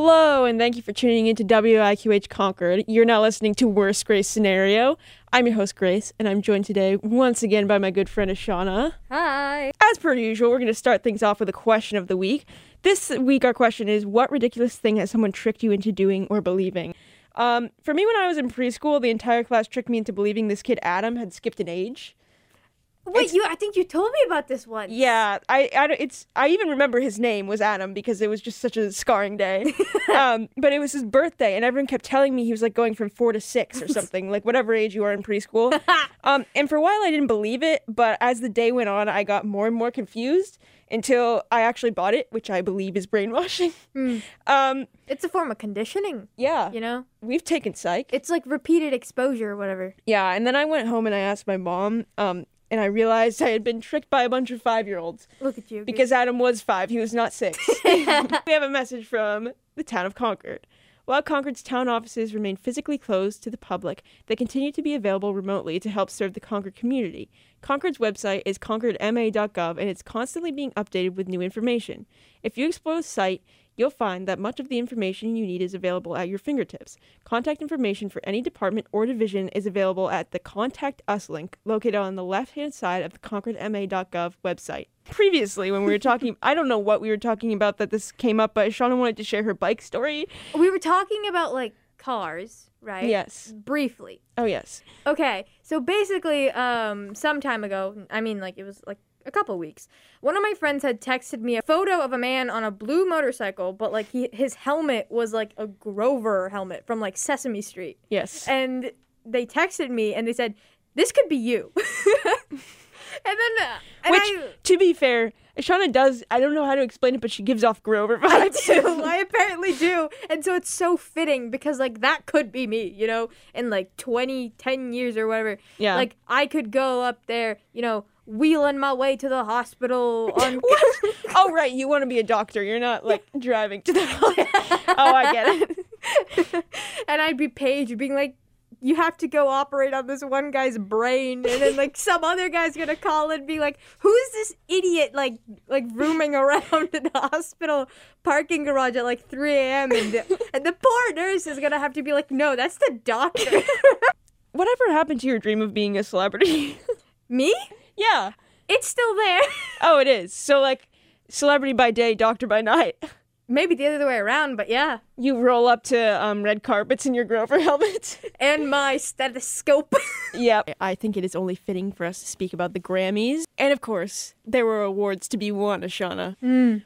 Hello, and thank you for tuning in to WIQH Concord. You're now listening to Worst Grace Scenario. I'm your host, Grace, and I'm joined today once again by my good friend Ashana. Hi. As per usual, we're going to start things off with a question of the week. This week, our question is What ridiculous thing has someone tricked you into doing or believing? Um, for me, when I was in preschool, the entire class tricked me into believing this kid Adam had skipped an age. Wait, you? I think you told me about this one. Yeah, I, I don't- it's I even remember his name was Adam because it was just such a scarring day. um, but it was his birthday, and everyone kept telling me he was like going from four to six or something, like whatever age you are in preschool. um, and for a while, I didn't believe it, but as the day went on, I got more and more confused until I actually bought it, which I believe is brainwashing. Um, It's a form of conditioning, yeah, you know? we've taken psych. It's like repeated exposure or whatever. Yeah, and then I went home and I asked my mom, um, and I realized I had been tricked by a bunch of five year olds. Look at you. Because Adam was five, he was not six. we have a message from the town of Concord. While Concord's town offices remain physically closed to the public, they continue to be available remotely to help serve the Concord community. Concord's website is concordma.gov and it's constantly being updated with new information. If you explore the site, you'll find that much of the information you need is available at your fingertips. Contact information for any department or division is available at the Contact Us link located on the left hand side of the concordma.gov website. Previously, when we were talking, I don't know what we were talking about that this came up, but Shauna wanted to share her bike story. we were talking about like cars, right? Yes. Briefly. Oh, yes. Okay. So basically, um, some time ago, I mean, like it was like a couple weeks, one of my friends had texted me a photo of a man on a blue motorcycle, but like he, his helmet was like a Grover helmet from like Sesame Street. Yes. and they texted me and they said this could be you and then uh, and Which, I, to be fair, Shauna does, I don't know how to explain it, but she gives off Grover I vibes. do i apparently do and so it's so fitting because like that could be me you know in like 20 10 years or whatever Yeah. like i could go up there you know wheeling my way to the hospital on oh, right. You want to be a doctor. You're not like driving to the hospital. oh, I get it. and I'd be Paige being like, you have to go operate on this one guy's brain, and then like some other guy's gonna call and be like, "Who's this idiot like like rooming around in the hospital parking garage at like 3 a.m." and the, and the poor nurse is gonna have to be like, "No, that's the doctor." Whatever happened to your dream of being a celebrity? Me? yeah. It's still there. Oh, it is. So, like, celebrity by day, doctor by night. Maybe the other way around, but yeah. You roll up to um, red carpets in your Grover helmet. And my stethoscope. Yeah, I think it is only fitting for us to speak about the Grammys. And of course, there were awards to be won, Ashana.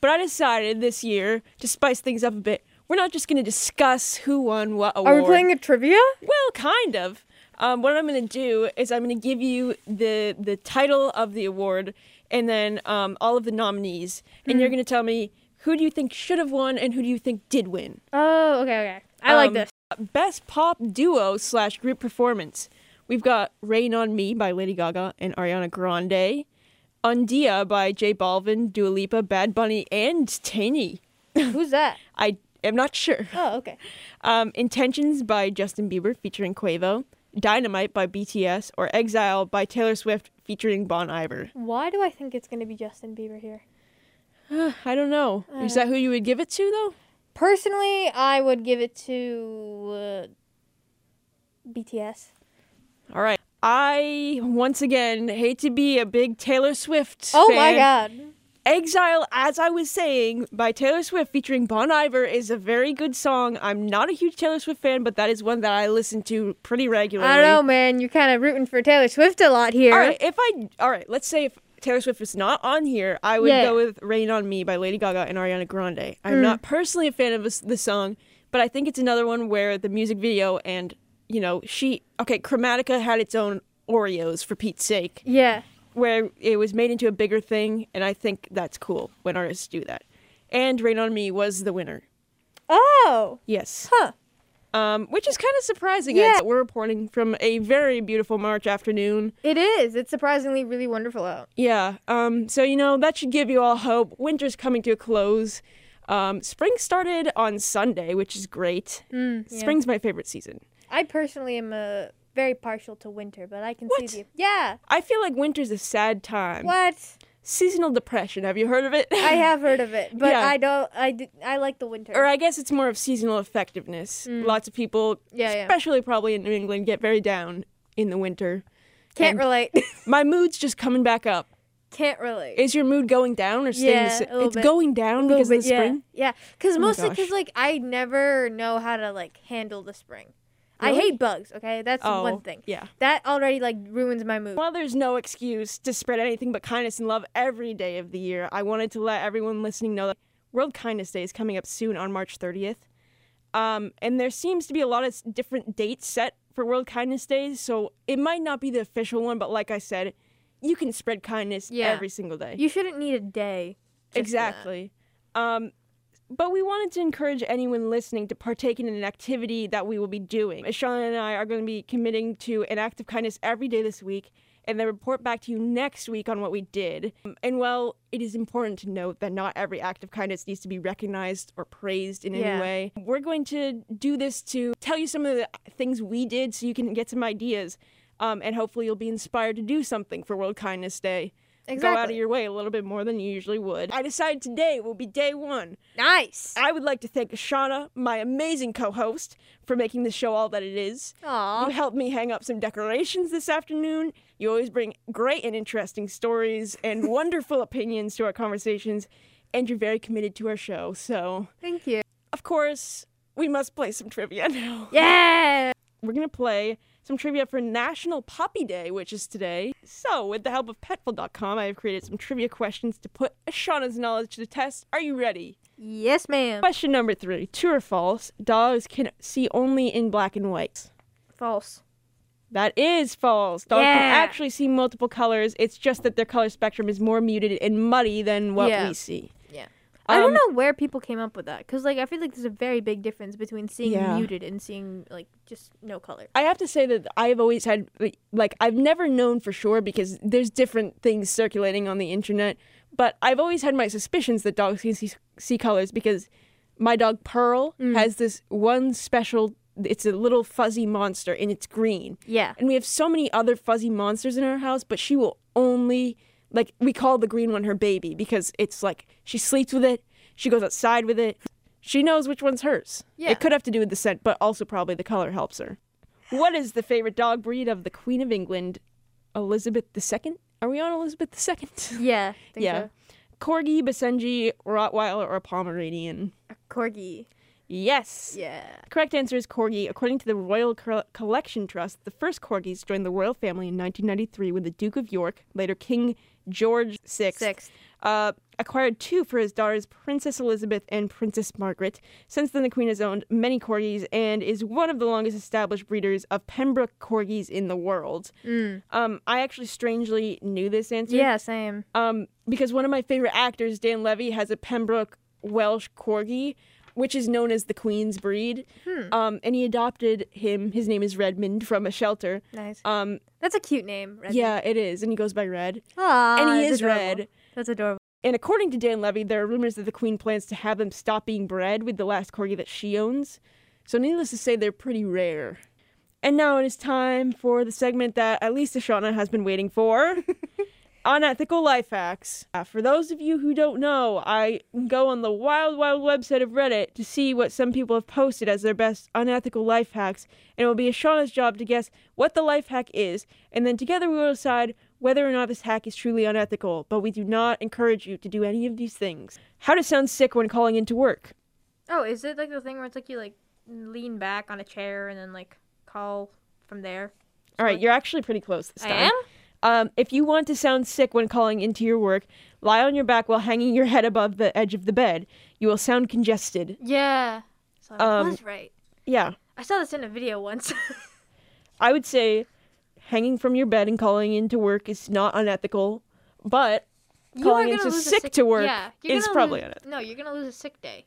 But I decided this year to spice things up a bit. We're not just going to discuss who won what award. a trivia? Well, kind of. Um, what I'm going to do is I'm going to give you the the title of the award and then um, all of the nominees, and Mm. you're going to tell me who do you think should have won and who do you think did win. Oh, okay, okay. I like Um, this. Best pop duo slash group performance. We've got Rain on Me by Lady Gaga and Ariana Grande. Undia by J Balvin, Dua Lipa, Bad Bunny, and Taney. Who's that? I am not sure. Oh, okay. Um, Intentions by Justin Bieber featuring Quavo. Dynamite by BTS or Exile by Taylor Swift featuring Bon Iver. Why do I think it's going to be Justin Bieber here? I don't know. Uh, Is that who you would give it to though? Personally, I would give it to uh, BTS. All right. I once again hate to be a big Taylor Swift. Oh my fan. god. Exile, as I was saying, by Taylor Swift featuring Bon Iver is a very good song. I'm not a huge Taylor Swift fan, but that is one that I listen to pretty regularly. I don't know, man. You're kind of rooting for Taylor Swift a lot here. All right, if I all right, let's say if Taylor Swift was not on here, I would Yeah. Hmm. go with "Rain on Me" by Lady Gaga and Ariana Grande. I'm not personally a fan of this- the song, but I think it's another one where the music video and you know she okay, Chromatica had its own Oreos for Pete's sake, Yeah. where it was made into a bigger thing, and I think that's cool when artists do that. And "Rain on Me" was the winner. Oh. Yes. Huh. Um, which is kind of surprising. Yeah. as We're reporting from a very beautiful March afternoon. It is. It's surprisingly really wonderful out. Yeah. Um, so you know that should give you all hope. Winter's coming to a close. Um, spring started on Sunday, which is great. Mm, Spring's my favorite season. I personally am uh, very partial to winter, but I can What? see the Yeah. I feel like winter's a sad time. What? seasonal depression. Have you heard of it? I have heard of it, but Yeah. I don't. I d- I like the winter. or I guess it's more of seasonal effectiveness. Lots of people, Mm. Yeah, yeah. especially probably in New England, get very down in the winter. Can't relate. My mood's just coming back up. Can't relate. Is your mood going down or staying the Yeah, a same? little It's bit. going down little because of bit, the yeah. spring. Oh Yeah, because my mostly because gosh. like I never know how to like handle the spring. I Really? hate bugs. Okay, that's Oh, one thing. yeah. That already like ruins my mood. While there's no excuse to spread anything but kindness and love every day of the year, I wanted to let everyone listening know that World Kindness Day is coming up soon on March 30th. Um, and there seems to be a lot of s- different dates set for World Kindness Days, so it might not be the official one, but like I said, you can spread kindness Yeah. every single day. You shouldn't need a day. just for that. exactly. Um, but we wanted to encourage anyone listening to partake in an activity that we will be doing. Shauna and I are going to be committing to an act of kindness every day this week and then report back to you next week on what we did. Um, And while it is important to note that not every act of kindness needs to be recognized or praised in Yeah. any way, we're going to do this to tell you some of the things we did so you can get some ideas. Um, and hopefully you'll be inspired to do something for World Kindness Day. Go out Exactly. of your way a little bit more than you usually would. I decided today will be day one. Nice. I would like to thank Shauna, my amazing co host, for making the show all that it is. You Aw. helped me hang up some decorations this afternoon. You always bring great and interesting stories and wonderful opinions to our conversations, and you're very committed to our show. So, Thank you. of course, we must play some trivia now. Yeah. We're going to play some trivia for National Puppy Day, which is today. So, with the help of petful.com, I have created some trivia questions to put Shauna's knowledge to the test. Are you ready? Yes, ma'am. Question number three True or false? Dogs can see only in black and white. False. That is false. Dogs Yeah. can actually see multiple colors. It's just that their color spectrum is more muted and muddy than what Yeah. we see. I don't Um, know where people came up with that because like I feel like there's a very big difference between seeing Yeah. muted and seeing like just no color. I have to say that I've always had, like, I've never known for sure because there's different things circulating on the internet, but I've always had my suspicions that dogs can see, see colors because my dog Pearl has this one special, it's a little fuzzy monster and it's green. Yeah. And we have so many other fuzzy monsters in our house, but she will only like we call the green one her baby because it's like she sleeps with it, she goes outside with it. She knows which one's hers. Yeah. It could have to do with the scent, but also probably the color helps her. What is the favorite dog breed of the Queen of England, Elizabeth II? Are we on Elizabeth II? Yeah. I think yeah. so. Corgi, Basenji, Rottweiler, or Pomeranian? A corgi. Yes. Yeah. The correct answer is corgi. According to the Royal Col- Collection Trust, the first corgis joined the royal family in 1993 when the Duke of York, later King George VI, Sixth. Uh, acquired two for his daughters, Princess Elizabeth and Princess Margaret. Since then, the Queen has owned many corgis and is one of the longest established breeders of Pembroke corgis in the world. Um, I actually strangely knew this answer Yeah. Same. um, because one of my favorite actors, Dan Levy, has a Pembroke Welsh corgi, which is known as the Queen's breed. Um, and he adopted him. His name is Redmond from a shelter. Nice. Um, That's a cute name. Red. yeah, it is, and he goes by Red. Aw, and he that's is adorable. red. That's adorable. And according to Dan Levy, there are rumors that the Queen plans to have them stop being bred with the last corgi that she owns. So, needless to say, they're pretty rare. And now it is time for the segment that at least Ashana has been waiting for Unethical Life Hacks. Uh, for those of you who don't know, I go on the wild, wild website of Reddit to see what some people have posted as their best unethical life hacks. And it will be Ashana's job to guess what the life hack is. And then together we will decide whether or not this hack is truly unethical. But we do not encourage you to do any of these things. How to sound sick when calling into work. Oh, is it like the thing where it's like you like lean back on a chair and then like call from there? All right, you're actually pretty close this I time. am. Um, if you want to sound sick when calling into your work, lie on your back while hanging your head above the edge of the bed. You will sound congested. Yeah. So I Um, was right. Yeah, I saw this in a video once. I would say hanging from your bed and calling into work is not unethical, but you Calling into sick to work Yeah, you're is gonna probably lose, on it. No, you're gonna lose a sick day.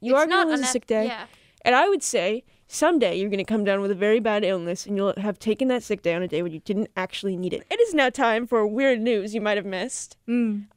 you It's are going not to lose a uneth- sick day. Yeah. And I would say someday you're going to come down with a very bad illness and you'll have taken that sick day on a day when you didn't actually need it. It is Mm. now time for weird news you might have missed.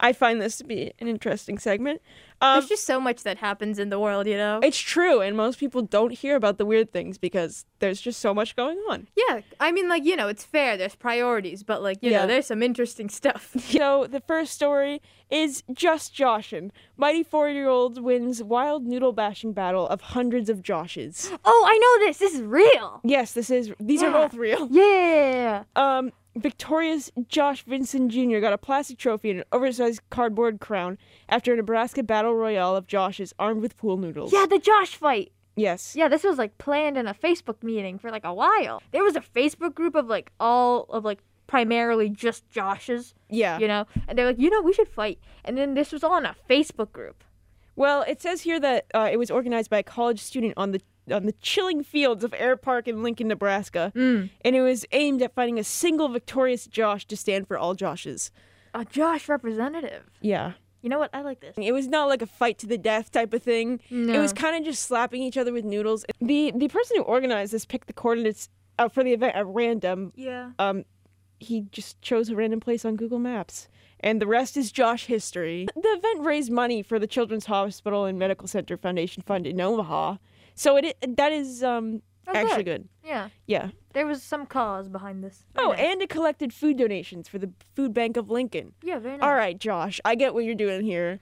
I find this to be an interesting segment. Um, There's just so much that happens in the world, you know? it's true, and most people don't hear about the weird things because there's just so much going on. yeah, I mean, like, you know, it's fair, there's priorities, but, like, you Yeah. know, there's some interesting stuff. So the first story is just Joshin. Mighty four-year-old wins wild noodle bashing battle of hundreds of Joshes. Oh, I know this. This is real. Yes, this is. These are Yeah. both real. Yeah. Ah. Um, victorious Josh Vincent Jr. got a plastic trophy and an oversized cardboard crown after a Nebraska battle royale of Josh's armed with pool noodles. Yeah, the Josh fight. Yes. Yeah, this was like planned in a Facebook meeting for like a while. There was a Facebook group of like all of like primarily just Josh's, Yeah. you know? And they're like, you know, we should fight. And then this was all in a Facebook group. Well, it says here that uh, it was organized by a college student on the on the chilling fields of Air Park in Lincoln, Nebraska, Mm. and it was aimed at finding a single victorious Josh to stand for all Joshes. A Josh representative. Yeah. You know what? I like this. It was not like a fight to the death type of thing. It No. was kind of just slapping each other with noodles. The the person who organized this picked the coordinates out for the event at random. Yeah. Um, he just chose a random place on Google Maps, and the rest is Josh history. The event raised money for the Children's Hospital and Medical Center Foundation Fund in Omaha, so it i- that is um That's actually good. Yeah. Yeah. There was some cause behind this. Oh, Very nice. and it collected food donations for the food bank of Lincoln. yeah, very nice. All right, Josh, I get what you're doing here.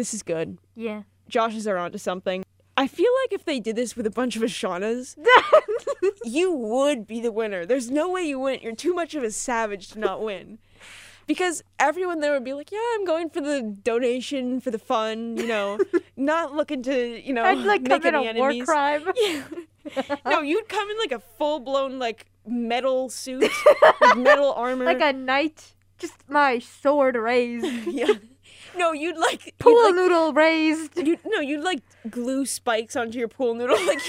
This is good. Yeah. Joshes are onto something. I feel like if they did this with a bunch of Ashanas, you would be the winner. There's no way you wouldn't. You're too much of a savage to not win. Because everyone there would be like, yeah, I'm going for the donation, for the fun, you know, not looking to, you know, I'd like Oh, make commit a any war enemies. crime. Yeah. no, you'd come in like a full blown, like, metal suit, with metal armor. like a knight. Just my sword raised. yeah. No, you'd like. you'd, Pool like, noodle raised. You no, you'd like glue spikes onto your pool noodle. Like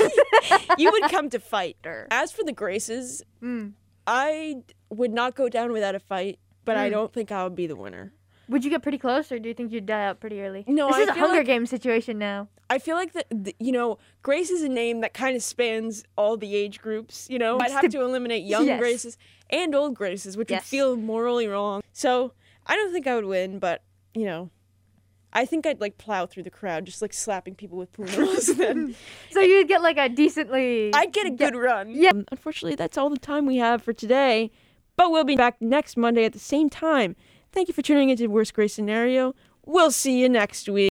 you would come to fight. Sure. As for the graces, Mm. I would not go down without a fight, but Hmm. I don't think I would be the winner. Would you get pretty close, or do you think you'd die out pretty early? No, this I is a feel Hunger like- Games situation now. I feel like that th- you know, Grace is a name that kind of spans all the age groups. You know, I'd It's have the- to eliminate young Yes. Graces and old Graces, which would Yes. feel morally wrong. So I don't think I would win, but you know, I think I'd like plow through the crowd, just like slapping people with pool noodles. and then So you'd get like a decently. I'd get a good run. Yeah. Um, unfortunately, that's all the time we have for today, but we'll be back next Monday at the same time. Thank you for tuning into Worst Case Scenario. We'll see you next week.